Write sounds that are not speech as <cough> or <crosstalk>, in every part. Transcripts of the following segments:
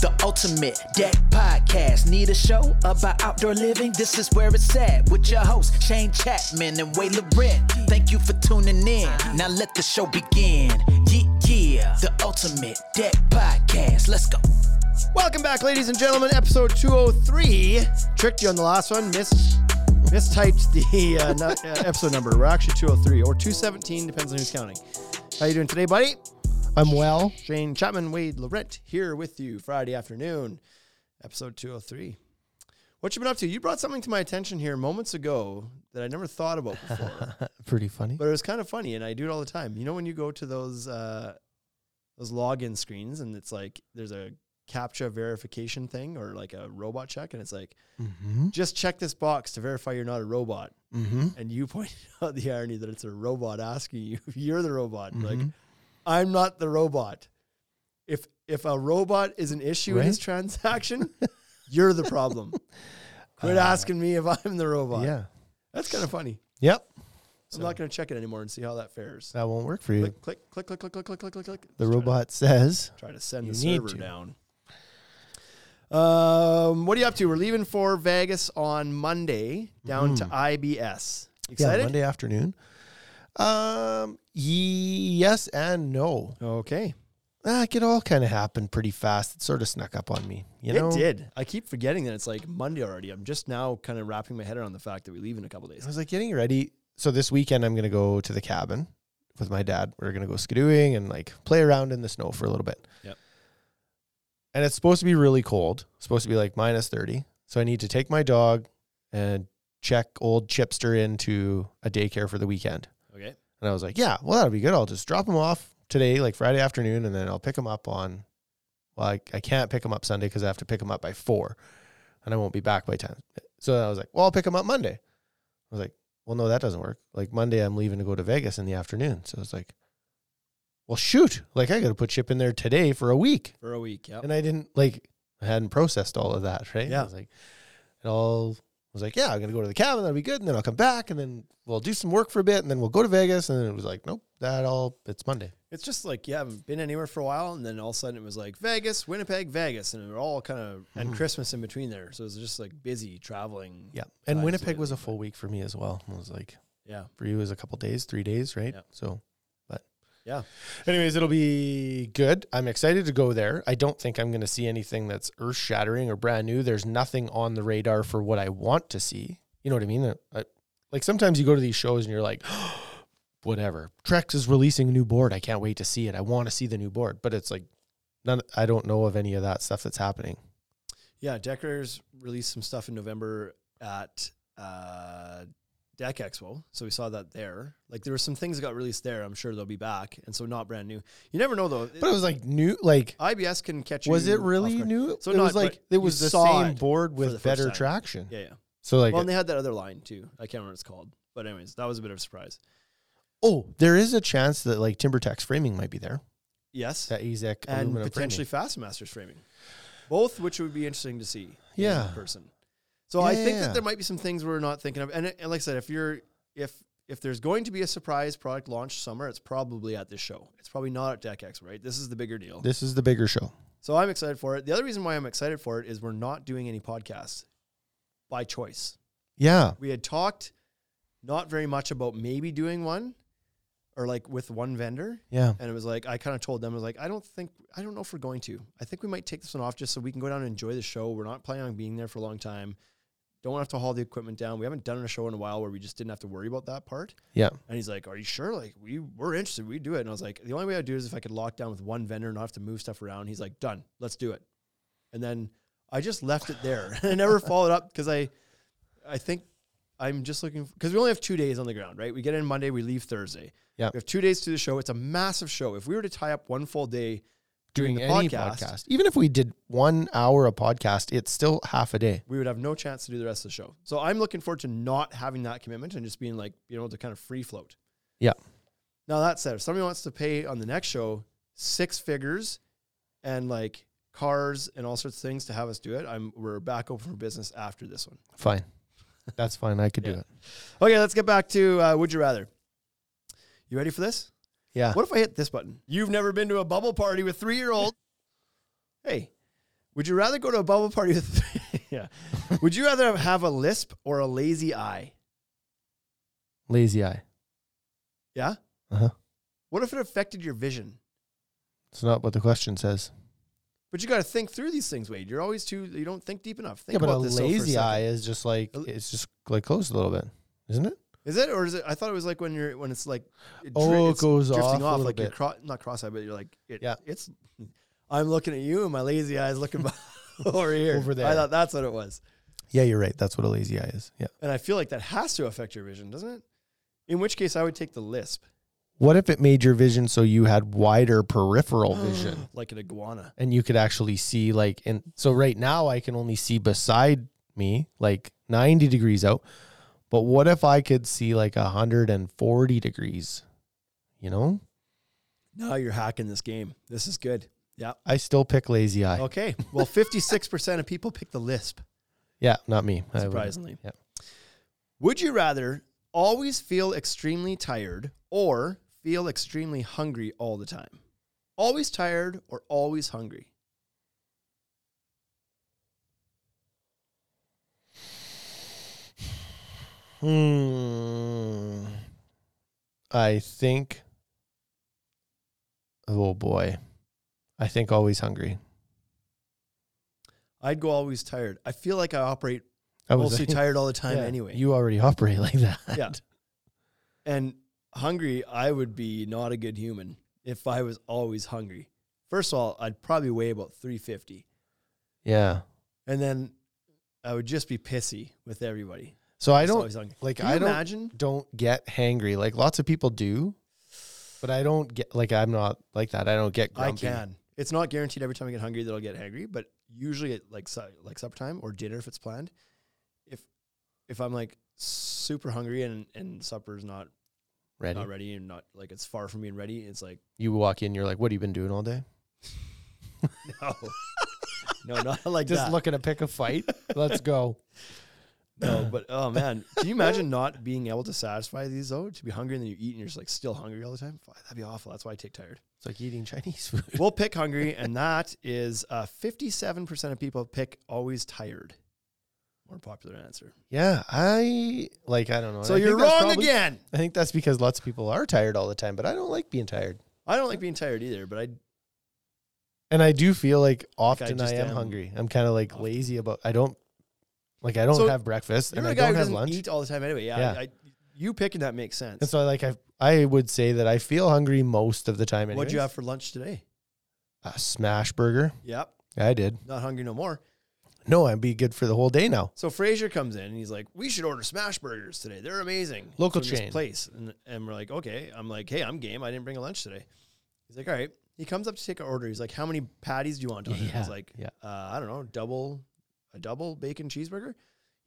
the ultimate deck podcast. Need a show about outdoor living? This is where it's at with your hosts, Shane Chapman and Way Loren. Thank you for tuning in. Now let the show begin. Yeah, yeah, the ultimate deck podcast. Let's go. Welcome back, ladies and gentlemen. Episode 203. Tricked you on the last one. Miss mistyped the uh, nu- uh, episode number. We're actually 203 or 217, depends on who's counting. How you doing today, buddy? I'm well. Shane Chapman, Wade Laurent here with you Friday afternoon, episode 203. What you been up to? You brought something to my attention here moments ago that I never thought about before, Pretty funny. but it was kind of funny, and I do it all the time. You know when you go to those uh, those login screens, and it's like there's a captcha verification thing or like a robot check, and it's like Mm-hmm. just check this box to verify you're not a robot. Mm-hmm. And you <laughs> pointed out the irony that it's a robot asking you if you're the robot. Like, Mm-hmm. I'm not the robot. If if a robot is an issue in this Right? transaction, you're the <laughs> problem. Quit asking me if I'm the robot. Uh, Yeah. That's kind of funny. Yep. So I'm not going to check it anymore and see how that fares. That won't work for you. Click, click, click, click, click, click, click, click, click. Just Uh, the try to- robot says, Try to send You the need server to. down. Um, what are you up to? We're leaving for Vegas on Monday down to IBS. Excited? Hmm. "Yeah, Monday afternoon." Um. Yes and no. Okay. Ah, it could all kind of happen pretty fast. It sort of snuck up on me. You know. it did. I keep forgetting that it's like Monday already. I'm just now kind of wrapping my head around the fact that we leave in a couple I days. was like getting ready. So this weekend, I'm gonna go to the cabin with my dad. We're gonna go skidooing and like play around in the snow for a little bit. Yep. And it's supposed to be really cold. It's supposed to be like minus thirty. So I need to take my dog and check old Chipster into a daycare for the weekend. Okay. And I was like, yeah, well that'll be good. I'll just drop him off today, like Friday afternoon, and then I'll pick him up on. Well, I, I can't pick him up Sunday because I have to pick him up by four, and I won't be back by time. So I was like, well, I'll pick him up Monday. I was like, well, no, that doesn't work. Like Monday, I'm leaving to go to Vegas in the afternoon. So it's like, well, shoot, like I got to put Chip in there today for a week, For a week. Yeah. and I didn't like I hadn't processed all of that, right? Yeah. I was like, it all I was like, yeah, I'm gonna go to the cabin, that'll be good, and then I'll come back, and then we'll do some work for a bit, and then we'll go to Vegas, and then it was like, nope, that all it's Monday. It's just like you haven't been anywhere for a while, and then all of a sudden it was like Vegas, Winnipeg, Vegas, and we're all kind of and Christmas in between there. So it's just like busy traveling. Mm-hmm. Yeah, and Times Winnipeg it, was a but- full week for me as well. It was like Yeah. for you it was a couple days, three days, right? Yeah. So, but Yeah. Anyways, it'll be good. I'm excited to go there. I don't think I'm going to see anything that's earth shattering or brand new. There's nothing on the radar for what I want to see. You know what I mean? I, like sometimes you go to these shows and you're like, <gasps> whatever. Trex is releasing a new board. I can't wait to see it. I want to see the new board. But it's like, none. I don't know of any of that stuff that's happening. Yeah. Decorators released some stuff in November at uh, Deck Expo. So we saw that there. Like there were some things that got released there. I'm sure they'll be back. And so not brand new. You never know though. But it was like new, like. IBS can catch Was you it off really guard. new? So it not, was like but it was you the saw same it board the with first better time. traction. Yeah, yeah. So like well, and they had that other line too. I can't remember what it's called. But anyways, that was a bit of a surprise. Oh, there is a chance that like TimberTex framing might be there. Yes, That AZEC and aluminum potentially framing. Fast Masters framing, both which would be interesting to see. Yeah. in person. So I think Yeah. that there might be some things we're not thinking of. And, and like I said, if you're if if there's going to be a surprise product launch summer, it's probably at this show. It's probably not at Deck Expo, right? This is the bigger deal. This is the bigger show. So I'm excited for it. The other reason why I'm excited for it is we're not doing any podcasts by choice. Yeah. we had talked not very much about maybe doing one or like with one vendor. Yeah. And it was like, I kind of told them, I was like, I don't think, I don't know if we're going to. I think we might take this one off just so we can go down and enjoy the show. We're not planning on being there for a long time. Don't have to haul the equipment down. We haven't done a show in a while where we just didn't have to worry about that part. Yeah. And he's like, Are you sure? Like, we, we're interested. We do it. And I was like, The only way I'd do it is if I could lock down with one vendor and not have to move stuff around. He's like, Done. Let's do it. And then I just left it there. <laughs> I never followed up because I, I think I'm just looking because we only have two days on the ground, right? We get in Monday, we leave Thursday. Yeah. We have two days to the show. It's a massive show. If we were to tie up one full day doing, the podcast, Even if we did one hour a podcast, it's still half a day. we would have no chance to do the rest of the show. So I'm looking forward to not having that commitment and just being like, you know, to kind of free float. Yeah. Now that said, if somebody wants to pay on the next show six figures and like cars and all sorts of things to have us do it, I'm we're back open for business after this one. Fine. That's fine. I could do Yeah. it. Okay, let's get back to uh, would you rather. You ready for <laughs> this? Yeah. What if I hit this button? You've never been to a bubble party with three year old. <laughs> hey, Would you rather go to a bubble party with? <laughs> yeah. Would you rather have a lisp or a lazy eye? Lazy eye. Yeah. Uh-huh. What if it affected your vision? It's not what the question says. But you got to think through these things, Wade. You're always too. You don't think deep enough. Think yeah, but about a this though for lazy second. eye is just like A l- it's just like closed a little bit, isn't it? Is it or is it? I thought it was like when you're when it's like it Oh, it it's goes off drifting a off, little like you're bit. cro- not cross-eyed, but you're like it, Yeah. It's I'm looking at you, and my lazy eye's looking <laughs> by- over here. Over I there. thought that's what it was, Yeah, you're right. That's what a lazy eye is. Yeah. and I feel like that has to affect your vision, doesn't it? In which case, I would take the lisp, What if it made your vision so you had <gasps> wider peripheral <gasps> vision like an iguana. and you could actually see like and so right now I can only see beside me like 90 degrees out. But what if I could see like 140 degrees? You know? Now you're hacking this game. This is good. Yeah. I still pick lazy eye. Okay. Well, 56% of people pick the lisp. Yeah, not me. I wouldn't. Surprisingly. Yeah. Would you rather always feel extremely tired or feel extremely hungry all the time? Always tired or always hungry? Hmm. I think. Oh boy, I think always hungry. I'd go always tired. I feel like I operate I <laughs> mostly tired all the time anyway. You already <laughs> operate like that. Yeah. and hungry, I would be not a good human if I was always hungry. First of all, I'd probably weigh about 350. Yeah. And then I would just be pissy with everybody. So I Just don't always hungry. like. Can you I don't imagine? don't get hangry like lots of people do, but I don't get like I'm not like that. I don't get. I Grumpy. can. It's not guaranteed every time I get hungry that I'll get hangry, but usually at like su- like supper time or dinner if it's planned, if if I'm like super hungry and and supper's not Ready? not ready and not like it's far from being ready, it's like <laughs> You walk in, you're like, "What have you been doing all day?" no, no, not <laughs> like Just that. looking to pick a <laughs> fight. Let's go. no, but oh man, can you imagine not being able to satisfy these though? To be hungry and then you eat and you're just like still hungry all the time. Fuck, That'd be awful. That's why I take tired. It's like eating Chinese <laughs> food. We'll pick hungry, and that is uh, 57% of people pick always tired. More popular answer. Yeah, I like. I don't know. So I think you're that's wrong probably- again. I think that's because lots of people are tired all the time, but I don't like being tired. I don't like being tired either, but I And I do feel like I often I, just am am hungry. I'm kind of like often. lazy about I don't like I don't So, have breakfast you're and a I guy don't who have doesn't lunch. eat all the time anyway. Yeah, Yeah. I, you picking that makes sense. And so like I I would say that I feel hungry most of the time anyways. What'd you have for lunch today? A smash burger. Yep, I did. not hungry no more. No, I'd be good for the whole day now. So Fraser comes in and he's like, "We should order smash burgers today. They're amazing. Local from this chain. place." And, and we're like, "Okay." I'm like, "Hey, I'm game. I didn't bring a lunch today." He's like, "All right." He comes up to take our order. He's like, "How many patties do you want?" On it? I was Yeah, like, yeah. uh, I don't know, double, a double bacon cheeseburger."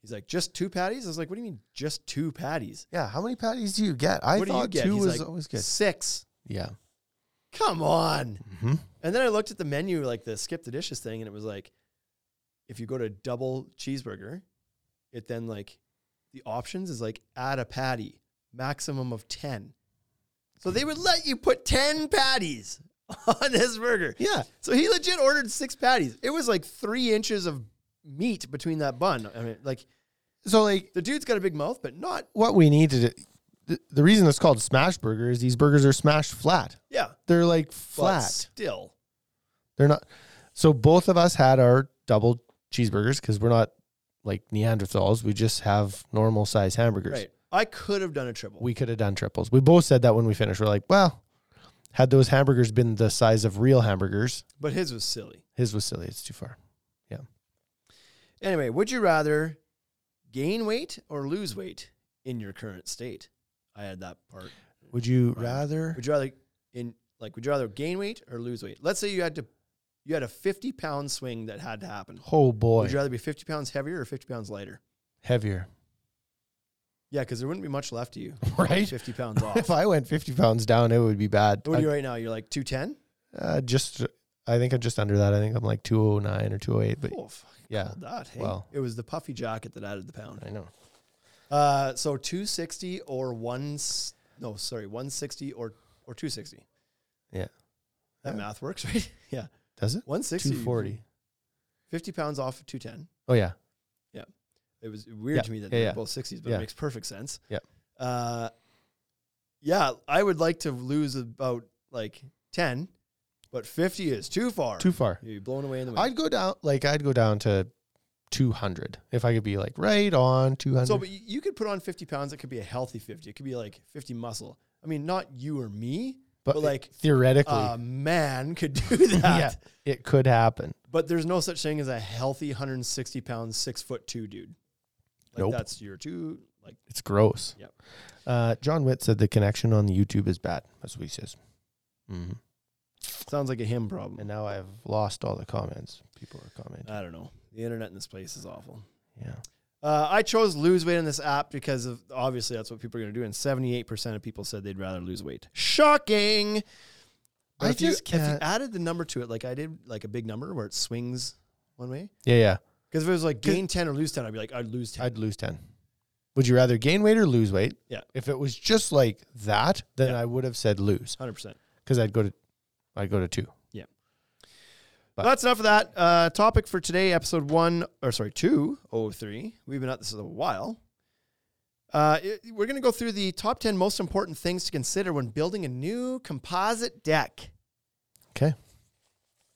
He's like, "Just two patties." I was like, "What do you mean, just two patties?" Yeah, how many patties do you get? I what do you thought get? two He's was like, always good. Six. Yeah. Come on. hmm And then I looked at the menu, like the skip the dishes thing, and it was like, if you go to double cheeseburger, it then like the options is like add a patty, maximum of 10. So they would let you put 10 patties <laughs> on this burger. Yeah. So he legit ordered six patties. It was like three inches of meat between that bun. I mean, like So like the dude's got a big mouth, but not, what we need to do- the, the reason it's called smash burger is these burgers are smashed flat. yeah, They're like but flat. still. They're not. So both of us had our double cheeseburgers because we're not like Neanderthals. We just have normal size hamburgers. Right. I could have done a triple. We could have done triples. We both said that when we finished. We're like, well, had those hamburgers been the size of real hamburgers, but his was silly. his was silly. It's too far. Anyway, would you rather gain weight or lose weight in your current state? I had that part. Would you Right. rather? Would you rather in like would you rather gain weight or lose weight? Let's say you had to you had a 50 pound swing that had to happen. <laughs> oh boy, Would you rather be 50 pounds heavier or 50 pounds lighter? heavier. <laughs> Yeah, because there wouldn't be much left to you. <laughs> Right? 50 pounds off. <laughs> If I went fifty pounds down, it would be bad. what are you right now? You're like 210? uh, just, I think I'm just under that. I think I'm like two oh nine or two oh eight. But oh, fuck, yeah. called that. Hey? Well. it was the puffy jacket that added the pound. I know. Uh, so 260 or one, s- no, sorry, 160 or, or 260. Yeah. That math works, <laughs> right? Yeah. Does it? 160. Two forty. 50 pounds off of 210. Oh yeah. It was weird Yeah, to me that yeah, they're yeah. both 60s, but Yeah. it makes perfect sense. Yeah. Uh, yeah, I would like to lose about like 10, but 50 is too far. Too far. You're blown away in the wind. I'd go down like I'd go down to 200 if I could be like right on 200. So, but you- you could put on 50 pounds. It could be a healthy 50. It could be like 50 muscle. I mean, not you or me, but, like theoretically, a man could do that. <laughs> yeah, it could happen. But there's no such thing as a healthy 160 pound, six foot two dude. Like Nope. That's your two. Like, It's gross. Yep. Uh, John Witt said the connection on the YouTube is bad. That's what he says. hmm sounds like a him problem. And now I've lost all the comments. People are commenting. I don't know. The internet in this place is awful. yeah. Uh, I chose lose weight on this app because of obviously that's what people are going to do, and seventy eight percent of people said they'd rather lose weight. Shocking. But I if you- just If you can't- added the number to it, like I did, like a big number where it swings one way. Yeah, yeah. Because if it was like 'Cause- gain ten or lose ten, I'd be like, I'd lose ten. I'd lose 10. Would you rather gain weight or lose weight? Yeah. If it was just like that, then Yeah. I would have said lose Hundred percent. because I'd go to, I'd go to two. But- That's enough of that. Uh, topic for today, episode one, or sorry, two oh three. We've been at this a while. Uh, it- we're going to go through the top ten most important things to consider when building a new composite deck. Okay.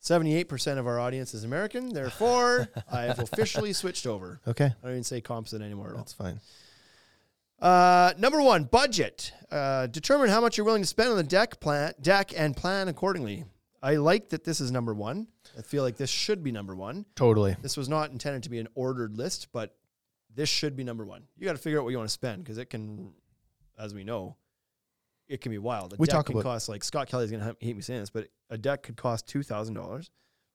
78% of our audience is American. Therefore, I have officially switched over. Okay. I don't even say composite anymore at all. That's fine. Uh, number one, budget. Uh, determine how much you're willing to spend on the deck plan, deck and plan accordingly. I like that this is number one. I feel like this should be number one. Totally. This was not intended to be an ordered list, but this should be number one. You got to figure out what you want to spend because it can, as we know, it can be wild. A We deck talk can about- cost like Scott Kelly's gonna ha- hate me saying this, but a deck could cost two thousand dollars,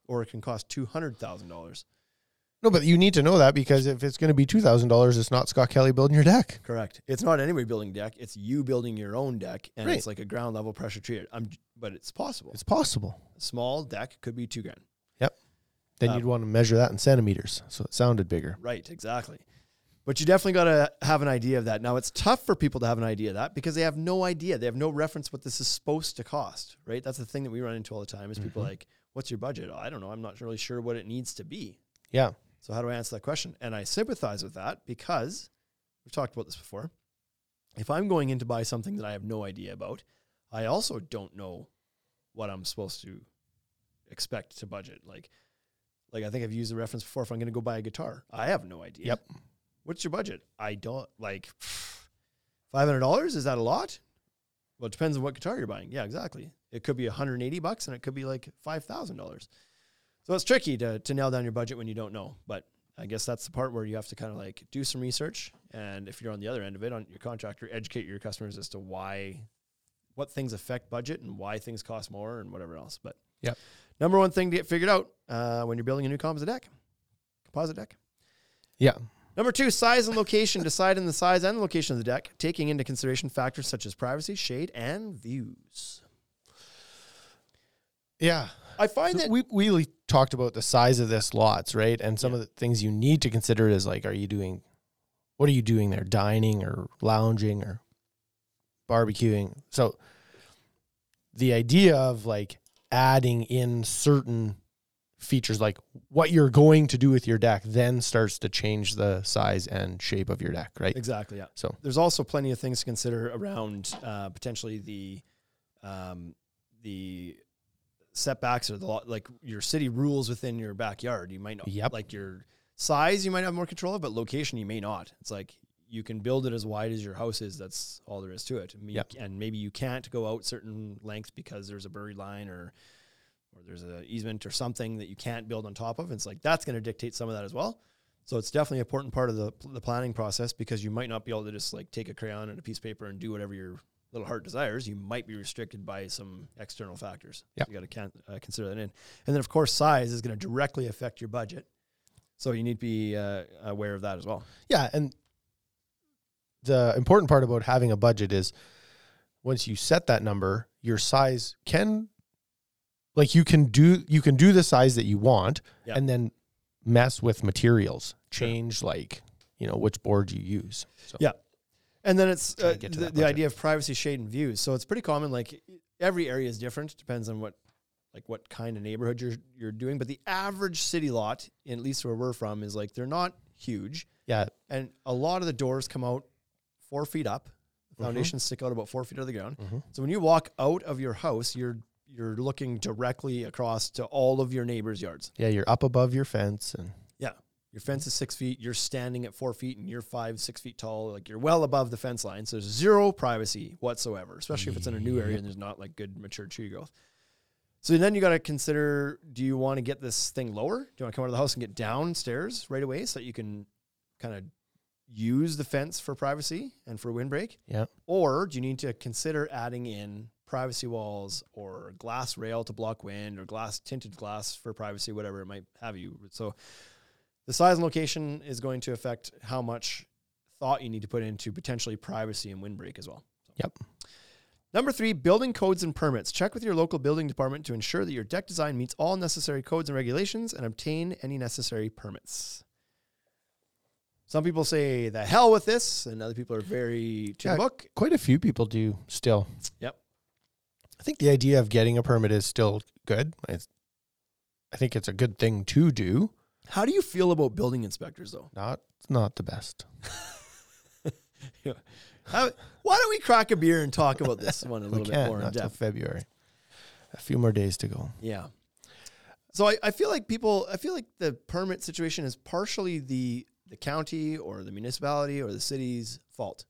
or it can cost two hundred thousand dollars. No, but you need to know that because if it's going to be two thousand dollars, it's not Scott Kelly building your deck. Correct. It's not anybody building deck. It's you building your own deck, and Right. it's like a ground level pressure treated. I'm, but it's possible. It's possible. a small deck could be two grand. Then Uh, you'd want to measure that in centimeters, so it sounded bigger. Right. Exactly. But you definitely got to have an idea of that. Now it's tough for people to have an idea of that because they have no idea. They have no reference what this is supposed to cost. Right. That's the thing that we run into all the time is people like, "What's your budget?" "Oh, I don't know. I'm not really sure what it needs to be. Yeah. So how do I answer that question? And I sympathize with that because we've talked about this before. If I'm going in to buy something that I have no idea about, I also don't know what I'm supposed to expect to budget. Like, like I think I've used the reference before. If I'm going to go buy a guitar, I have no idea. Yep. What's your budget? I don't like <sighs> five hundred dollars. Is that a lot? Well, it depends on what guitar you're buying. Yeah, exactly. It could be 180 bucks, and it could be like five thousand dollars. So it's tricky to, to nail down your budget when you don't know. But I guess that's the part where you have to kind of like do some research. And if you're on the other end of it, on your contractor, educate your customers as to why, what things affect budget and why things cost more and whatever else. But Yep. number one thing to get figured out uh, when you're building a new composite deck, composite deck. Yeah. Number two, size and location. Decide on the size and location of the deck, taking into consideration factors such as privacy, shade, and views. Yeah. I find that we we really talked about the size of this lots, right? And some of the things you need to consider is like, are you doing, what are you doing there, dining or lounging or barbecuing? So the idea of like adding in certain features, like what you're going to do with your deck, then starts to change the size and shape of your deck, right? exactly yeah. So there's also plenty of things to consider around uh, potentially the um, the setbacks or the lo- like your city rules within your backyard. You might not Yep. like your size, you might have more control of, but location you may not. It's like you can build it as wide as your house is. That's all there is to it. I mean, you Yep. c- And maybe you can't go out certain lengths because there's a buried line or or there's a easement or something that you can't build on top of. It's like that's going to dictate some of that as well. So it's definitely an important part of the, the planning process because you might not be able to just like take a crayon and a piece of paper and do whatever your little heart desires. You might be restricted by some external factors. So Yep. You got to can, uh, consider that in. And then of course size is going to directly affect your budget. So you need to be uh, aware of that as well. Yeah, and the important part about having a budget is once you set that number, your size can like you can do you can do the size that you want Yeah. and then mess with materials, change like, you know, which board you use. So Yeah. And then it's Try uh, and the, get to that the budget. idea of privacy, shade, and views. So it's pretty common. Like every area is different. Depends on what, like what kind of neighborhood you're you're doing. But the average city lot, in at least where we're from, is like they're not huge, Yeah. and a lot of the doors come out four feet up. The foundations stick out about four feet out of the ground. So when you walk out of your house, you're you're looking directly across to all of your neighbors' yards. Yeah. You're up above your fence and Yeah. Your fence is six feet. You're standing at four feet and you're five, six feet tall. Like you're well above the fence line. So there's zero privacy whatsoever, especially if it's in a new area and there's not like good mature tree growth. So then you got to consider do you want to get this thing lower? Do you want to come out of the house and get downstairs right away so that you can kind of use the fence for privacy and for windbreak? yeah. Or do you need to consider adding in privacy walls or glass rail to block wind or glass tinted glass for privacy, whatever it might have you? So the size and location is going to affect how much thought you need to put into potentially privacy and windbreak as well. Yep. Number three, building codes and permits. Check with your local building department to ensure that your deck design meets all necessary codes and regulations and obtain any necessary permits. Some people say the hell with this, and other people are very to Yeah. the book. Quite a few people do still. Yep. I think the idea of getting a permit is still good. I, I think it's a good thing to do. How do you feel about building inspectors, though? Not it's not the best. How- why don't we crack a beer and talk about this one a <laughs> We little bit can't more in not till depth? February. A few more days to go. Yeah. So I, I feel like people, I feel like the permit situation is partially the the county or the municipality or the city's fault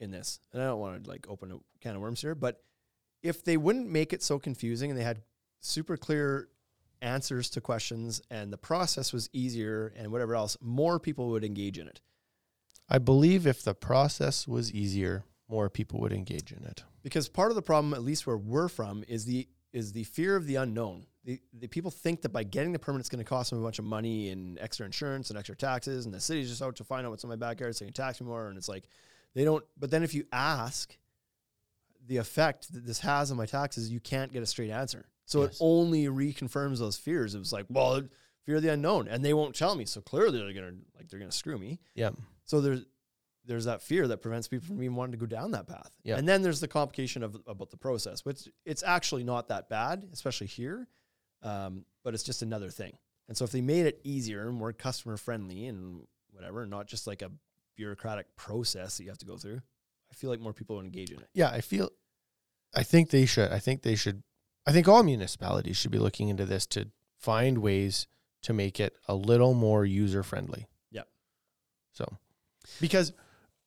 in this. And I don't want to like open a can of worms here, but if they wouldn't make it so confusing and they had super clear answers to questions and the process was easier and whatever else, more people would engage in it. I believe if the process was easier, more people would engage in it. because part of the problem at least where we're from is the is the fear of the unknown the, the people think that by getting the permit it's going to cost them a bunch of money and extra insurance and extra taxes and the city's just out to find out what's in my backyard so they can tax me more and it's like they don't but then if you ask the effect that this has on my taxes you can't get a straight answer so it Yes. only reconfirms those fears it was like well fear of the unknown and they won't tell me so clearly they're going to like they're going to screw me Yeah. so there's there's that fear that prevents people from even wanting to go down that path. Yeah. And then there's the complication of about the process, which it's actually not that bad, especially here, um, but it's just another thing. And so if they made it easier and more customer friendly and whatever, and not just like a bureaucratic process that you have to go through, I feel like more people would engage in it. Yeah, I feel I think they should. I think they should I think all municipalities should be looking into this to find ways to make it a little more user friendly. Yep. So because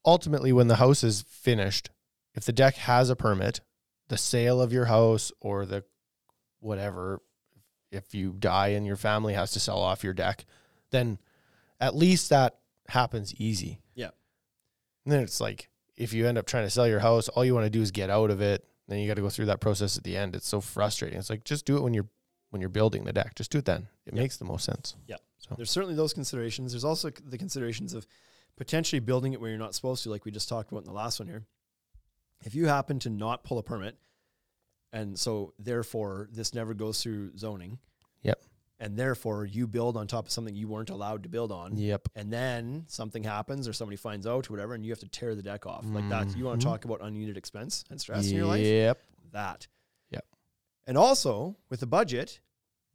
ultimately when the house is finished, if the deck has a permit, the sale of your house or the whatever if you die and your family has to sell off your deck, then at least that happens easy. Yeah. And then it's like if you end up trying to sell your house, all you want to do is get out of it. Then you got to go through that process at the end. It's so frustrating. It's like just do it when you're when you're building the deck. Just do it then. It makes the most sense. There's certainly those considerations. There's also c- the considerations of potentially building it where you're not supposed to, like we just talked about in the last one here. If you happen to not pull a permit, and so therefore this never goes through zoning. Yep. And therefore you build on top of something you weren't allowed to build on. Yep. And then something happens or somebody finds out or whatever, and you have to tear the deck off. Like that, you want Mhm. to talk about unneeded expense and stress in your life? Yep. that. Yep. And also with the budget,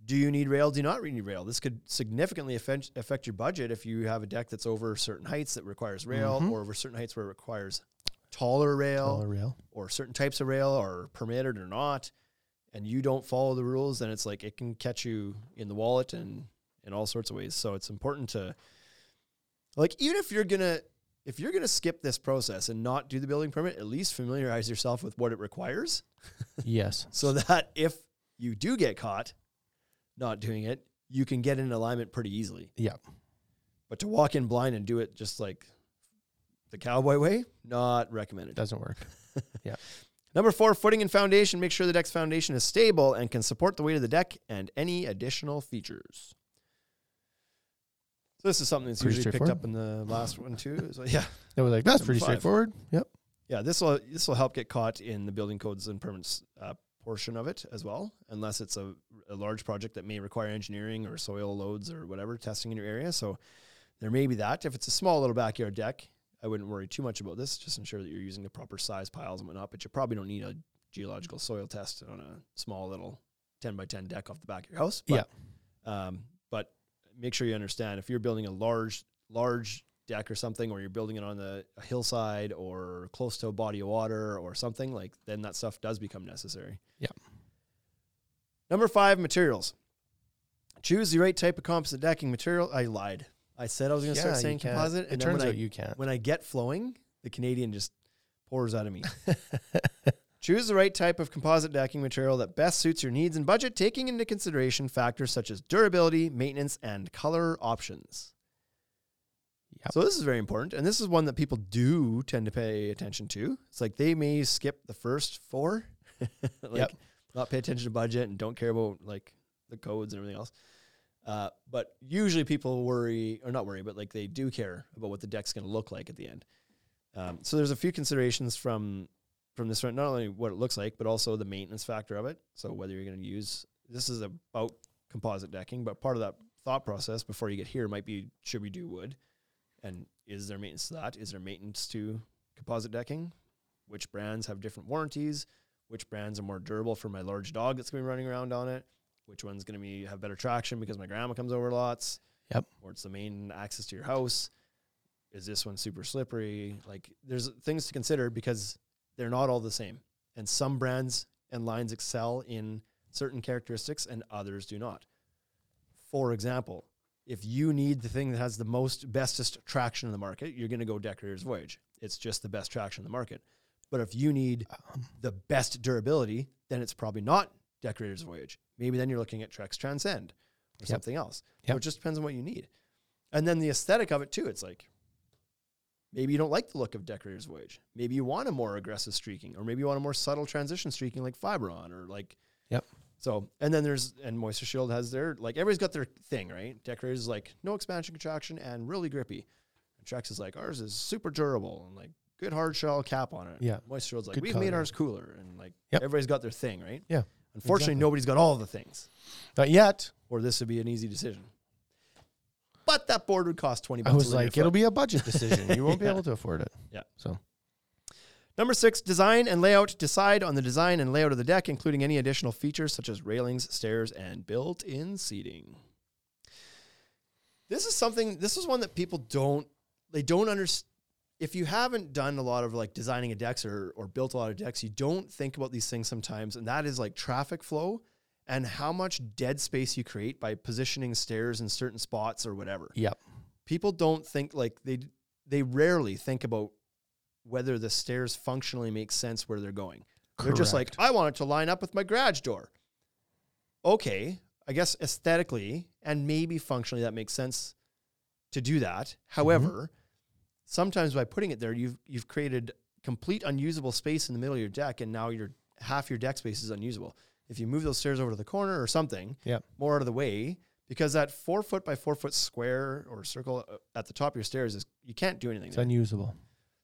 do you need rail? Do you not need rail? This could significantly affect, affect your budget if you have a deck that's over certain heights that requires rail, Mhm. or over certain heights where it requires taller rail, Dollar rail. or certain types of rail are permitted or not, and you don't follow the rules, then it's like it can catch you in the wallet and in all sorts of ways. So it's important to like even if you're gonna if you're gonna skip this process and not do the building permit, at least familiarize yourself with what it requires yes. so <laughs> that if you do get caught not doing it, you can get in alignment pretty easily. Yep. But to walk in blind and do it just like the cowboy way, not recommended. Doesn't work. Number four, footing and foundation. Make sure the deck's foundation is stable and can support the weight of the deck and any additional features. So this is something that's Pretty usually picked straightforward. up in the last one too. So yeah, They were like, that's Number pretty five. straightforward. Yep. yeah. This will this will help get caught in the building codes and permits uh, portion of it as well, unless it's a, a large project that may require engineering or soil loads or whatever testing in your area. So there may be that. If it's a small little backyard deck, I wouldn't worry too much about this. Just ensure that you're using the proper size piles and whatnot. But you probably don't need a geological soil test on a small little ten by ten deck off the back of your house. Yeah. But, Um, but make sure you understand if you're building a large large deck or something, or you're building it on the a hillside or close to a body of water or something like, then that stuff does become necessary. Yeah. Number five, materials. Choose the right type of composite decking material. I lied. I said I was going to Yeah, start you saying can't. composite, It and then turns when I- out you can't. when I get flowing, the Canadian just pours out of me. <laughs> Choose the right type of composite decking material that best suits your needs and budget, taking into consideration factors such as durability, maintenance, and color options. Yep. So this is very important, and this is one that people do tend to pay attention to. It's like they may skip the first four, <laughs> like Yep. not pay attention to budget and don't care about like the codes and everything else. Uh, but usually people worry, or not worry, but like they do care about what the deck's going to look like at the end. Um, so there's a few considerations from from this one, not only what it looks like, but also the maintenance factor of it. So whether you're going to use this is about composite decking, but part of that thought process before you get here might be should we do wood, and is there maintenance to that? Is there maintenance to composite decking? Which brands have different warranties? Which brands are more durable for my large dog that's going to be running around on it? Which one's going to be have better traction because my grandma comes over lots? Yep. Or it's the main access to your house. Is this one super slippery? Like there's things to consider because they're not all the same. And some brands and lines excel in certain characteristics and others do not. For example, if you need the thing that has the most bestest traction in the market, you're going to go Decorator's Voyage. It's just the best traction in the market. But if you need Um. the best durability, then it's probably not Decorator's Voyage. Maybe then you're looking at Trex Transcend or something else. So Yep. it just depends on what you need. And then the aesthetic of it too. It's like maybe you don't like the look of Decorator's Voyage. Maybe you want a more aggressive streaking, or maybe you want a more subtle transition streaking like Fibron or like Yep. so, and then there's and Moisture Shield has their like everybody's got their thing, right? Decorators is like no expansion contraction and really grippy. And Trex is like ours is super durable and like good hard shell cap on it. Yeah. Moisture Shield's like Good we've made color. ours cooler and like Yep. everybody's got their thing, right? Yeah. Unfortunately, nobody's got all the things, Not yet. or this would be an easy decision. But that board would cost twenty. I bucks a was linear like, foot. it'll be a budget decision. You won't <laughs> be able to afford it. Yeah. So Number six, design and layout. Decide on the design and layout of the deck, including any additional features such as railings, stairs, and built in seating. This is something, this is one that people don't, they don't understand. If you haven't done a lot of like designing a decks or, or built a lot of decks, you don't think about these things sometimes. And that is like traffic flow and how much dead space you create by positioning stairs in certain spots or whatever yep. people don't think like they they rarely think about whether the stairs functionally make sense where they're going. They're just like, I want it to line up with my garage door. Okay, I guess aesthetically and maybe functionally that makes sense to do that. However, sometimes by putting it there, you've you've created complete unusable space in the middle of your deck, and now your half your deck space is unusable. If you move those stairs over to the corner or something, Yep. more out of the way, because that four foot by four foot square or circle uh, at the top of your stairs is you can't do anything. It's there. unusable.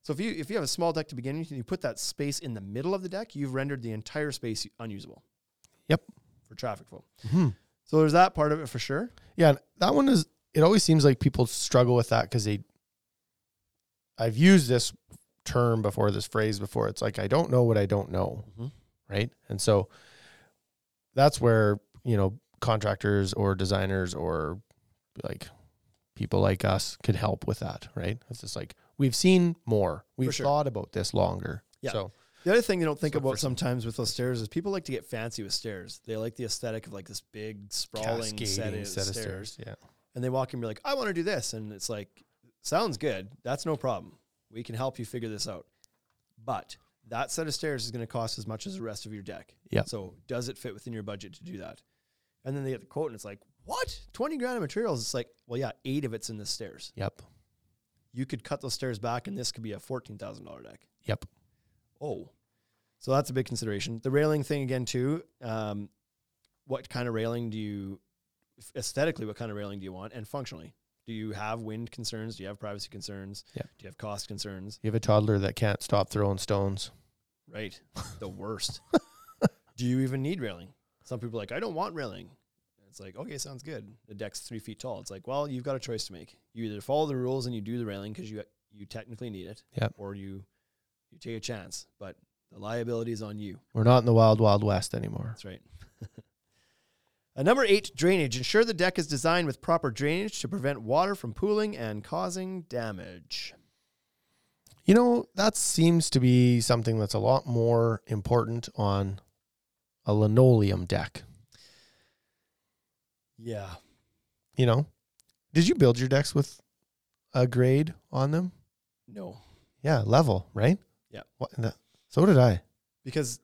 So if you if you have a small deck to begin with, and you put that space in the middle of the deck, you've rendered the entire space unusable Yep. for traffic flow. Mhm. So there's that part of it for sure. Yeah, and that one is. It always seems like people struggle with that because they. I've used this term before, this phrase before. It's like I don't know what I don't know, Mhm. right? And so, that's where you know contractors or designers or like people like us could help with that, right? It's just like we've seen more, we've sure. thought about this longer. Yeah. So The other thing they don't think So about for- sometimes with those stairs is people like to get fancy with stairs. They like the aesthetic of like this big sprawling cascading set of, stairs. yeah. and they walk in and be like, I want to do this. And it's like, sounds good. That's no problem. We can help you figure this out. But that set of stairs is going to cost as much as the rest of your deck. Yep. So does it fit within your budget to do that? And then they get the quote and it's like, what? 20 grand of materials. It's like, well, yeah, eight of it's in the stairs. Yep. You could cut those stairs back and this could be a $14,000 deck. Yep. Oh, so that's a big consideration. The railing thing again too. Um, what kind of railing do you aesthetically? What kind of railing do you want? And functionally, do you have wind concerns? Do you have privacy concerns? Yeah. Do you have cost concerns? You have a toddler that can't stop throwing stones. Right, the worst. <laughs> do you even need railing? Some people are like, I don't want railing. It's like, okay, sounds good. The deck's three feet tall. It's like, well, you've got a choice to make. You either follow the rules and you do the railing because you you technically need it, Yep. or you you take a chance, but the liability is on you. <laughs> We're not in the wild, wild west anymore. That's right. Uh, number eight, drainage. Ensure the deck is designed with proper drainage to prevent water from pooling and causing damage. You know, that seems to be something that's a lot more important on a linoleum deck. Yeah. You know, did you build your decks with a grade on them? No. Yeah, level, right? Yeah. What in the, so did I. Because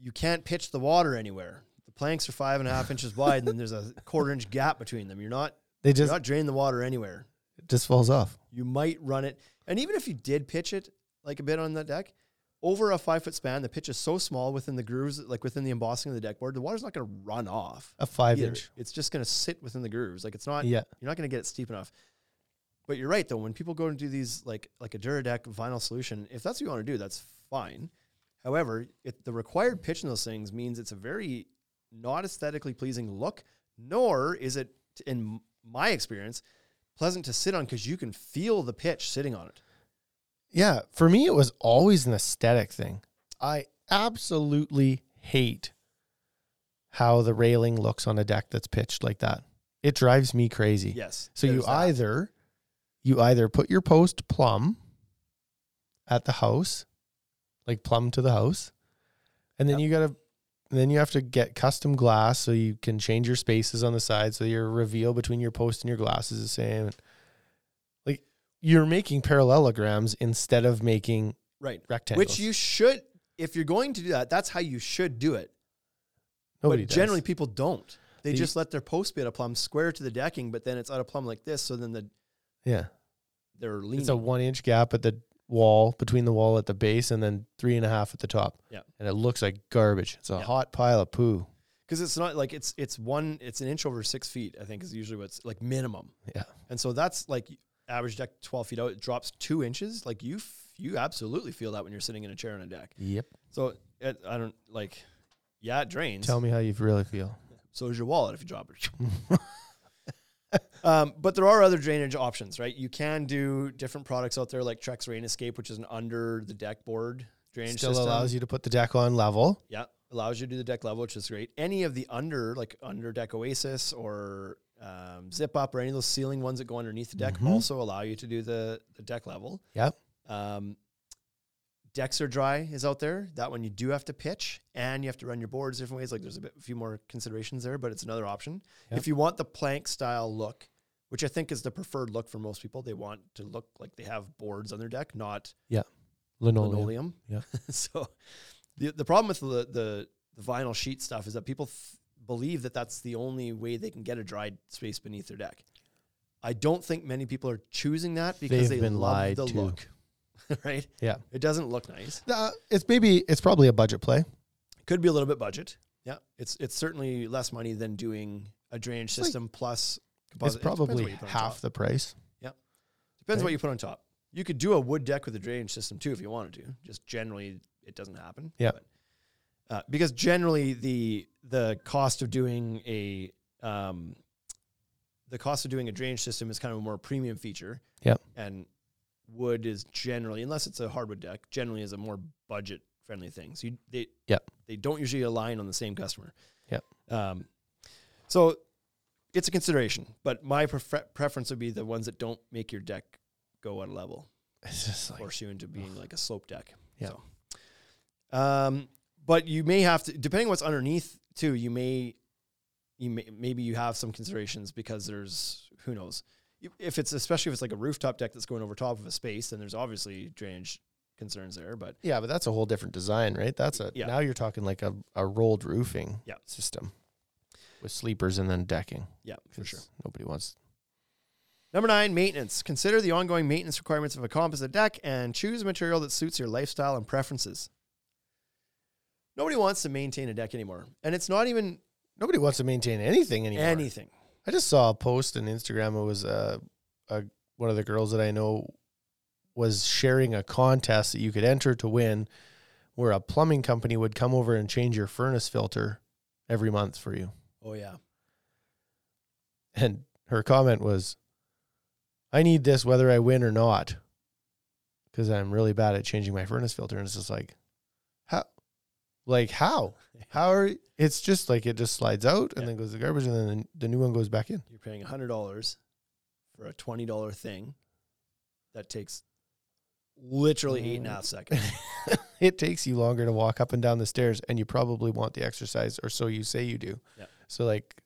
you can't pitch the water anywhere. The planks are five and a half inches wide, and then there's a <laughs> quarter inch gap between them. You're not They you're just not draining the water anywhere. it just falls off. You might run it. And even if you did pitch it like a bit on that deck, over a five foot span, the pitch is so small within the grooves, like within the embossing of the deck board, the water's not going to run off. A five either. inch. It's just going to sit within the grooves. Like it's not. Yeah. You're not going to get it steep enough. But you're right though. When people go and do these like like a Duradeck vinyl solution, if that's what you want to do, that's fine. However, it, the required pitch in those things means it's a very not aesthetically pleasing look, nor is it, in my experience, pleasant to sit on because you can feel the pitch sitting on it. Yeah, for me it was always an aesthetic thing. I absolutely hate how the railing looks on a deck that's pitched like that. It drives me crazy. Yes. So you there's that. either you either put your post plumb at the house, like plumb to the house, and then you gotta then you have to get custom glass so you can change your spaces on the side so your reveal between your post and your glass is the same. Like you're making parallelograms instead of making right rectangles. Which you should, if you're going to do that, that's how you should do it. nobody but does. generally people don't. They They- just let their post be at a plumb square to the decking, but then it's out of plumb like this. So then the yeah. they're leaning. It's a one inch gap at the wall between the wall at the base and then three and a half at the top. Yeah. And it looks like garbage. It's a Yeah. hot pile of poo. because it's not like it's it's one it's an inch over six feet i think is usually what's like minimum Yeah. and so that's like average deck 12 feet out it drops two inches like you f- you absolutely feel that when you're sitting in a chair on a deck Yep. so it, i don't like yeah it drains Tell me how you really feel. so is your wallet if you drop it <laughs> um, but there are other drainage options right you can do different products out there like trex rain escape which is an under the deck board drainage Still system. allows you to put the deck on level. Yeah, allows you to do the deck level, which is great. Any of the under, like under deck Oasis or um, Zip Up or any of those ceiling ones that go underneath the deck, Mhm. also allow you to do the, the deck level. Yep. Um, decks are dry is out there. That one you do have to pitch and you have to run your boards different ways. Like there's a, bit, a few more considerations there, but it's another option. Yep. If you want the plank style look, which I think is the preferred look for most people, they want to look like they have boards on their deck, not Linoleum. linoleum. Yeah. <laughs> so the the problem with the, the the vinyl sheet stuff is that people f- believe that that's the only way they can get a dried space beneath their deck. I don't think many people are choosing that because They've they been love lied the to. look. <laughs> right? Yeah. It doesn't look nice. Uh, it's maybe it's probably a budget play. Could be a little bit budget. Yeah. It's it's certainly less money than doing a drainage like- system plus It's composite. It depends what probably you put on half top. the price. Depends what right? you put on top. You could do a wood deck with a drainage system too if you wanted to. Just generally, it doesn't happen. Yeah. But, uh, because generally the the cost of doing a um, the cost of doing a drainage system is kind of a more premium feature. Yep. And wood is generally, unless it's a hardwood deck, generally is a more budget friendly thing. So you, they Yep. they don't usually align on the same customer. Yep. Um, so it's a consideration, but my prefer- preference would be the ones that don't make your deck go at a level, It's just like force you into being like a slope deck. Yeah. So, um, but you may have to, depending on what's underneath too, you may, you may, maybe you have some considerations because there's, who knows if it's, especially if it's like a rooftop deck that's going over top of a space, then there's obviously drainage concerns there, but yeah, but that's a whole different design, right? That's a Yeah. now you're talking like a, a rolled roofing Yeah. system with sleepers and then decking. yeah, for sure. 'cause Nobody wants Number nine, maintenance. Consider the ongoing maintenance requirements of a composite deck and choose a material that suits your lifestyle and preferences. Nobody wants to maintain a deck anymore. And it's not even nobody wants to maintain anything anymore. anything. I just saw a post on Instagram. It was uh, a one of the girls that I know was sharing a contest that you could enter to win, where a plumbing company would come over and change your furnace filter every month for you. Oh, yeah. And her comment was, "I need this whether I win or not, because I'm really bad at changing my furnace filter." And it's just like, how Like how? How are it's just like it just slides out and Yeah. then goes to the garbage and then the- the new one goes back in. You're paying hundred dollars for a twenty dollar thing that takes literally eight and a half seconds. It takes you longer to walk up and down the stairs and you probably want the exercise or so you say you do. Yep. So like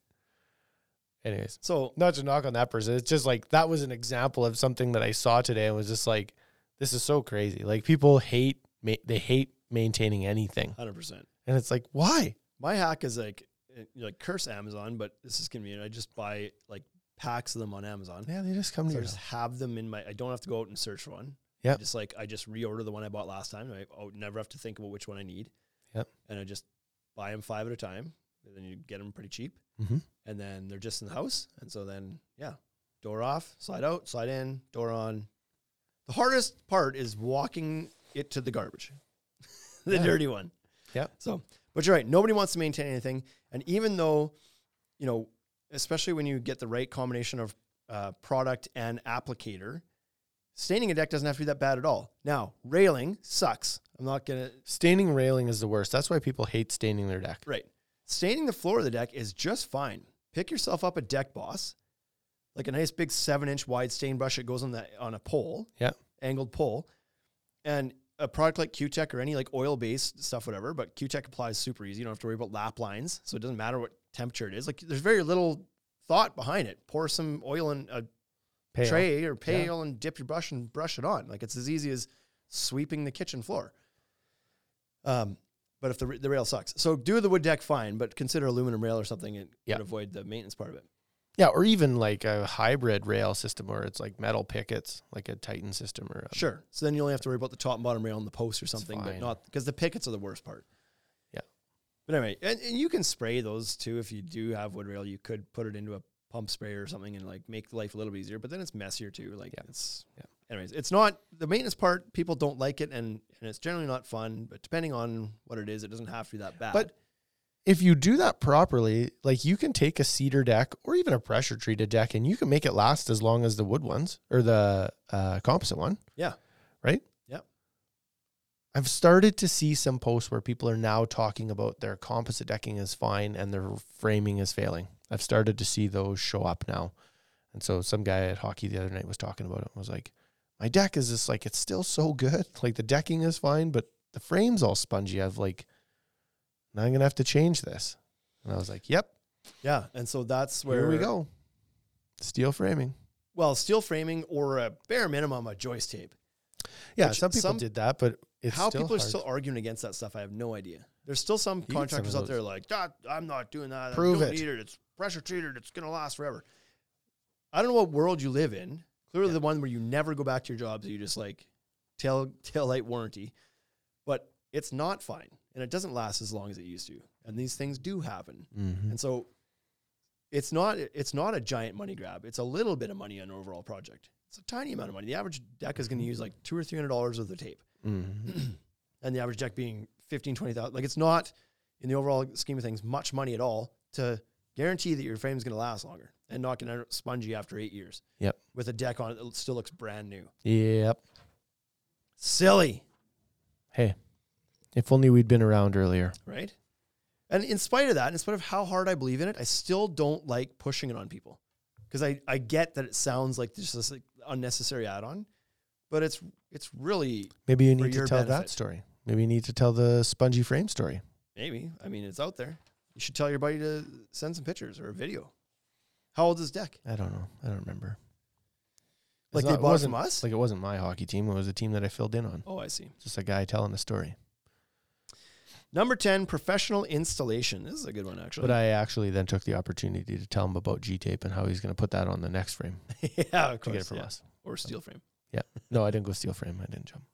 anyways, So not to knock on that person. It's just like that was an example of something that I saw today and was just like this is so crazy. Like people hate ma- they hate maintaining anything. hundred percent. And it's like why? My hack is like eh, like curse Amazon, but this is convenient. I just buy like packs of them on Amazon. Yeah, they just come to So I your just have them in my. I don't have to go out and search for one. Yep. Just like I just reorder the one I bought last time. I oh, never have to think about which one I need. Yep. And I just buy them five at a time. And then you get them pretty cheap. Mhm. And then they're just in the house. And so then yeah, door off, slide out, slide in, door on. The hardest part is walking it to the garbage, <laughs> the Yeah. dirty one. Yep. So, but you're right. Nobody wants to maintain anything. And even though, you know, especially when you get the right combination of uh, product and applicator, staining a deck doesn't have to be that bad at all. Now, railing sucks. I'm not going to, Staining railing is the worst. That's why people hate staining their deck. right. Staining the floor of the deck is just fine. Pick yourself up a deck boss, like a nice big seven inch wide stain brush that goes on the, on a pole, Yeah. angled pole, and a product like Q-Tech or any like oil based stuff, whatever. But Q-Tech applies super easy. You don't have to worry about lap lines, so it doesn't matter what temperature it is. Like there's very little thought behind it. Pour some oil in a Pale. tray or pail and dip your brush and brush it on. Like it's as easy as sweeping the kitchen floor. Um, but if the, r- the rail sucks, so do the wood deck fine, but consider aluminum rail or something and Yeah. and avoid the maintenance part of it. Yeah, or even like a hybrid rail system where it's like metal pickets, like a Titan system or a, Sure. So then you only have to worry about the top and bottom rail and the post or something, but fine. not because the pickets are the worst part. Yeah. But anyway, and, and you can spray those too if you do have wood rail. You could put it into a pump spray or something and like make life a little bit easier, but then it's messier too. Like Yeah. it's Yeah. anyways, it's not the maintenance part, people don't like it and, and it's generally not fun, but depending on what it is, it doesn't have to be that bad. But if you do that properly, like you can take a cedar deck or even a pressure treated deck and you can make it last as long as the wood ones or the uh, composite one. Yeah. Right? Yep. I've started to see some posts where people are now talking about their composite decking is fine and their framing is failing. I've started to see those show up now. And so some guy at hockey the other night was talking about it and was like, My deck is just like it's still so good. <laughs> Like the decking is fine, but the frame's all spongy. I've like now I'm gonna have to change this. And I was like, Yep, yeah. And so that's where here we go. Steel framing. Well, steel framing or a bare minimum a joist tape. Yeah, Which some people some- did that, but it's How still people hard. are still arguing against that stuff, I have no idea. There's still some some contractors of out there like, "Ah, I'm not doing that. Prove I don't it." need it. It's pressure treated. It's going to last forever. I don't know what world you live in. Clearly, the one where you never go back to your jobs, you just like tail, tail light warranty. But it's not fine and it doesn't last as long as it used to. And these things do happen. Mhm. And so it's not it's not a giant money grab. It's a little bit of money on an overall project. It's a tiny amount of money. The average deck is going to use like two or three hundred dollars worth of tape, Mhm. and the average deck being fifteen twenty thousand. Like it's not in the overall scheme of things much money at all to guarantee that your frame is going to last longer and not going to spongy after eight years. Yep. With a deck on it that still looks brand new. Yep. Silly. Hey, if only we'd been around earlier. right? And in spite of that, in spite of how hard I believe in it, I still don't like pushing it on people because I, I get that it sounds like just this like, unnecessary add on, but it's it's really Maybe you for need to your tell that benefit. story. Maybe you need to tell the spongy frame story. maybe I mean it's out there. You should tell your buddy to send some pictures or a video. How old is deck? I don't know. I don't remember. It's Like not- they it bought it wasn't- from us? Like it wasn't my hockey team. It was a team that I filled in on. oh, I see. Just a guy telling a story. Number ten, professional installation. This is a good one actually. But I actually then took the opportunity to tell him about G tape and how he's going to put that on the next frame <laughs> yeah, of to get it course, from yeah. us. or steel frame. No, I didn't go steel frame. I didn't jump.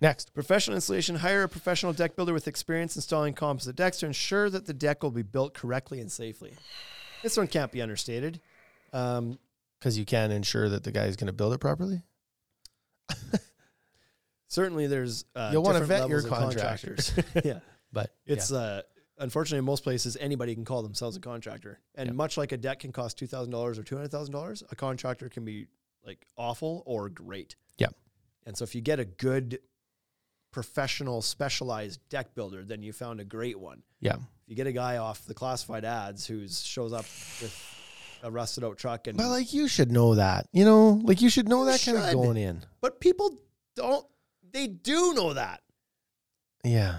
Next. Professional installation hire a professional deck builder with experience installing composite decks to ensure that the deck will be built correctly and safely. This one can't be understated. Um, Because you can ensure that the guy is going to build it properly. certainly, there's uh, You'll wanna different vet your levels of <laughs> contractors. yeah, But it's uh, unfortunately in most places anybody can call themselves a contractor, and Yeah. much like a deck can cost two thousand dollars or two hundred thousand dollars, a contractor can be like awful or great. Yeah. and so if you get a good professional, specialized deck builder, then you found a great one. Yeah. If you get a guy off the classified ads who shows up with a rusted out truck and But like you should know that. You know, like you should know that kind of should. going in. but people don't they do know that. Yeah.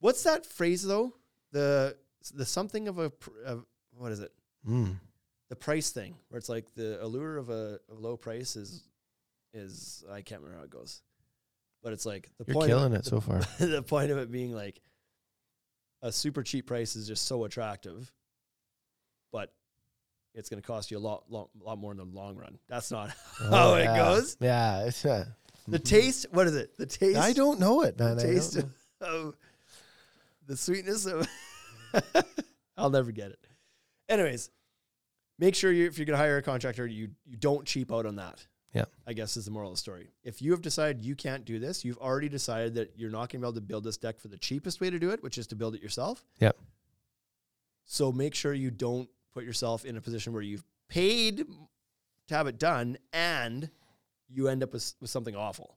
What's that phrase though? The the something of a pr- of, what is it? Mm. The price thing where it's like the allure of a, a low price is is I can't remember how it goes, but it's like the You're point killing of, it so <laughs> far. <laughs> the point of it being like a super cheap price is just so attractive, but it's going to cost you a lot, lot, lot more in the long run. That's not <laughs> how Oh, it yeah. goes. Yeah. It's, uh, The taste, what is it? The taste. I don't know it, The man. I don't taste know. <laughs> of the sweetness of. <laughs> I'll never get it. Anyways, make sure you, if you're going to hire a contractor, you you don't cheap out on that. Yeah. I guess is the moral of the story. If you have decided you can't do this, you've already decided that you're not going to be able to build this deck for the cheapest way to do it, which is to build it yourself. Yep. So make sure you don't put yourself in a position where you've paid to have it done and you end up with, with something awful.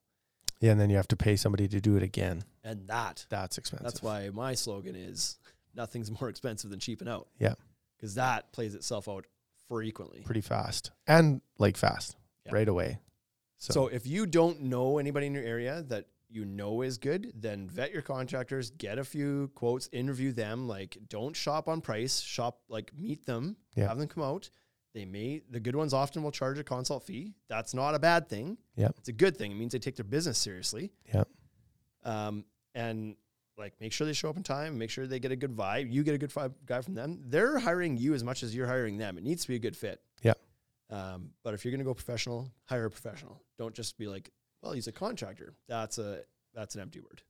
Yeah, and then you have to pay somebody to do it again. And that, That's expensive. that's why my slogan is nothing's more <laughs> expensive than cheaping out. Yeah. Because that plays itself out frequently. pretty fast and like fast Yeah. right away. So, So if you don't know anybody in your area that you know is good, then vet your contractors, get a few quotes, interview them. Like, don't shop on price. Shop like meet them, Yeah. have them come out. They may the good ones often will charge a consult fee. That's not a bad thing. Yeah. it's a good thing. It means they take their business seriously. Yeah. um, and like make sure they show up in time. Make sure they get a good vibe. You get a good vibe guy from them. They're hiring you as much as you're hiring them. It needs to be a good fit. Um, but if you're going to go professional, hire a professional. Don't just be like, well, he's a contractor. That's a that's an empty word.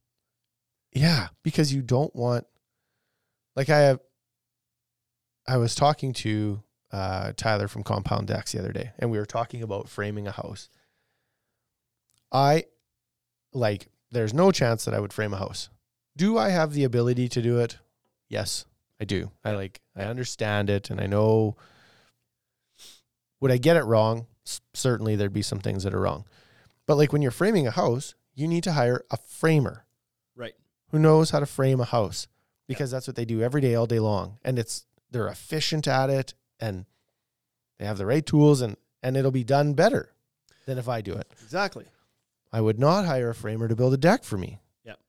yeah, because you don't want like I have I was talking to uh, Tyler from Compound Decks the other day, and we were talking about framing a house. I like there's no chance that I would frame a house. Do I have the ability to do it? Yes, I do. I like I understand it and I know would I get it wrong? S- certainly there'd be some things that are wrong. But like when you're framing a house, you need to hire a framer. Right. Who knows how to frame a house because that's what they do every day all day long and it's they're efficient at it and they have the right tools and and it'll be done better than if I do it. Exactly. I would not hire a framer to build a deck for me. Yep.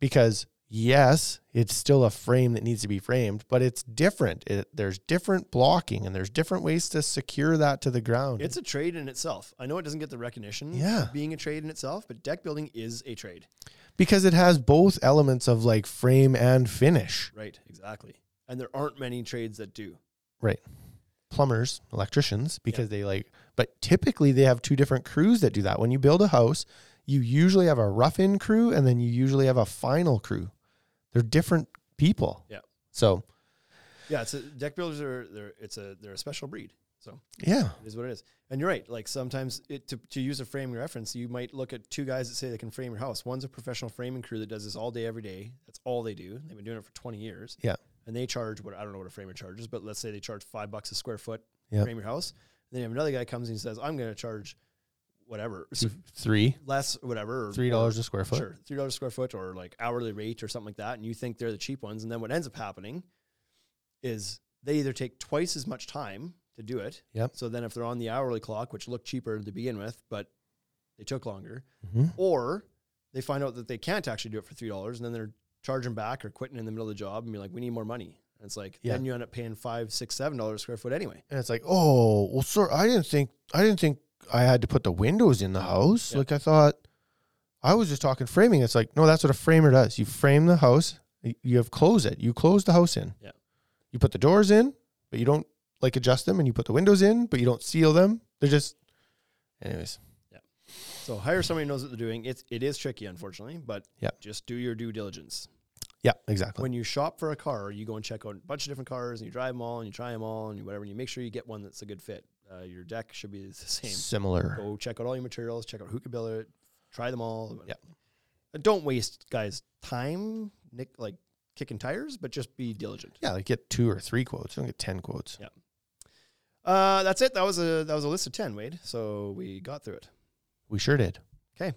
Because yes, it's still a frame that needs to be framed, but it's different. It, there's different blocking and there's different ways to secure that to the ground. It's a trade in itself. I know it doesn't get the recognition Yeah. of being a trade in itself, but deck building is a trade. because it has both elements of like frame and finish. Right. Exactly. And there aren't many trades that do. Plumbers, electricians, because they like, but typically they have two different crews that do that. When you build a house, you usually have a rough in crew and then you usually have a final crew. They're different people. Yep. So, Yeah. It's a, deck builders are they're it's a they're a special breed. So yeah. it is what it is. And you're right. Like sometimes it, to, to use a framing reference, you might look at two guys that say they can frame your house. One's a professional framing crew that does this all day, every day. That's all they do. They've been doing it for 20 years. Yeah. And they charge what I don't know what a framer charges, but let's say they charge five bucks a square foot, Yeah. frame your house. then you have another guy comes and says, I'm going to charge whatever, s- Two, three. less, whatever. or- three or- dollars a square foot. Sure, three dollars square foot or like hourly rate or something like that, and you think they're the cheap ones, and then what ends up happening is they either take twice as much time to do it. Yep. So then if they're on the hourly clock, which looked cheaper to begin with, but they took longer, Mhm. or they find out that they can't actually do it for three dollars, and then they're charging back or quitting in the middle of the job and be like, we need more money. And it's like Yeah. then you end up paying five, six, seven dollars square foot anyway. And it's like, oh, well, sir, I didn't think I didn't think I had to put the windows in the house. Oh, Yeah. Like I thought, I was just talking framing. It's like, no, that's what a framer does. You frame the house. y- You have close it. You close the house in. Yeah. You put the doors in, but you don't like adjust them, and you put the windows in, but you don't seal them. They're just, anyways. So hire somebody who knows what they're doing. It's it is tricky, unfortunately, but Yep. just do your due diligence. Yeah, exactly. when you shop for a car, you go and check out a bunch of different cars and you drive them all and you try them all and you whatever and you make sure you get one that's a good fit. Uh, your deck should be <laughs> the same. Similar. Go check out all your materials, check out who can build it, try them all. Yep. And don't waste guys' time, Nick, like kicking tires, but just be diligent. Yeah, like get two or three quotes. Don't get ten quotes. Uh, that's it. That was a that was a list of ten, Wade. So we got through it. We sure did. Okay.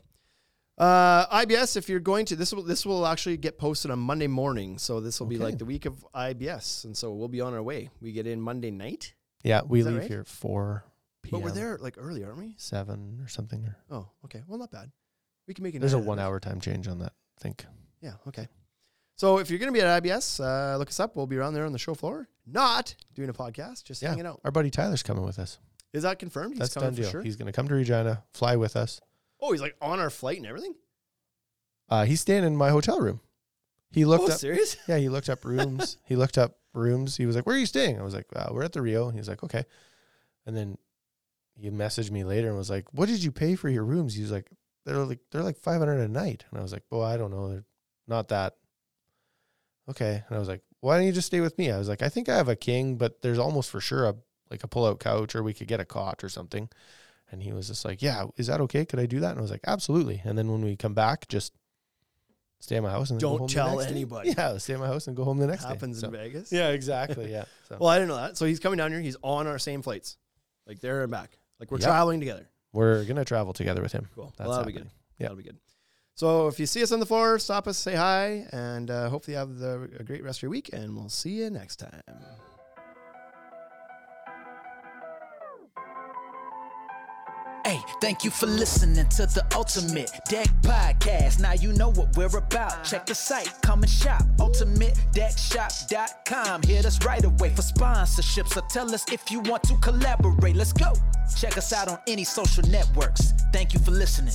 Uh, IBS, if you're going to this will this will actually get posted on Monday morning, so this will be Okay. like the week of IBS, and so we'll be on our way. We get in Monday night, Yeah, we Is that leave right? here at four but p.m. we're there like early, aren't we? seven or something. Or Oh, okay. Well, not bad. We can make it. there's a night out of it. one-hour time change on that. I think. Yeah. Okay. So if you're gonna be at IBS, uh, look us up. We'll be around there on the show floor, not doing a podcast, just Yeah, hanging out. our buddy Tyler's coming with us. Is that confirmed? That's coming done deal. for sure. He's going to come to Regina, fly with us. oh, he's like on our flight and everything. Uh, he's staying in my hotel room. He looked oh, up. <laughs> serious? Yeah, he looked up rooms. he looked up rooms. He was like, "Where are you staying?" I was like, uh, "We're at the Rio." And he was like, "Okay." And then he messaged me later and was like, "What did you pay for your rooms?" He was like, "They're like they're like five hundred a night." And I was like, "Well, I don't know. They're not that." Okay. And I was like, "Why don't you just stay with me?" I was like, "I think I have a king, but there's almost for sure a like a pull-out couch, or we could get a cot or something." And he was just like, "Yeah, is that okay? Could I do that?" And I was like, "Absolutely." And then when we come back, just stay at my house and then go Don't home the tell next day. anybody. <laughs> Yeah, stay at my house and go home the next Happens day. in Vegas. yeah, <laughs> exactly. Yeah. So Well, I didn't know that. So he's coming down here. He's on our same flights, like there and back. Like we're Yep. traveling together. we're gonna travel together with him. Cool. That's well, that'll be good. happening. Yeah. That'll be good. So if you see us on the floor, stop us, say hi, and uh, hopefully you have the, a great rest of your week. And we'll see you next time. Hey, thank you for listening to the Ultimate Deck Podcast. Now you know what we're about. Check the site, come and shop. UltimateDeckShop.com. Hit us right away for sponsorships or tell us if you want to collaborate. Let's go. Check us out on any social networks. Thank you for listening.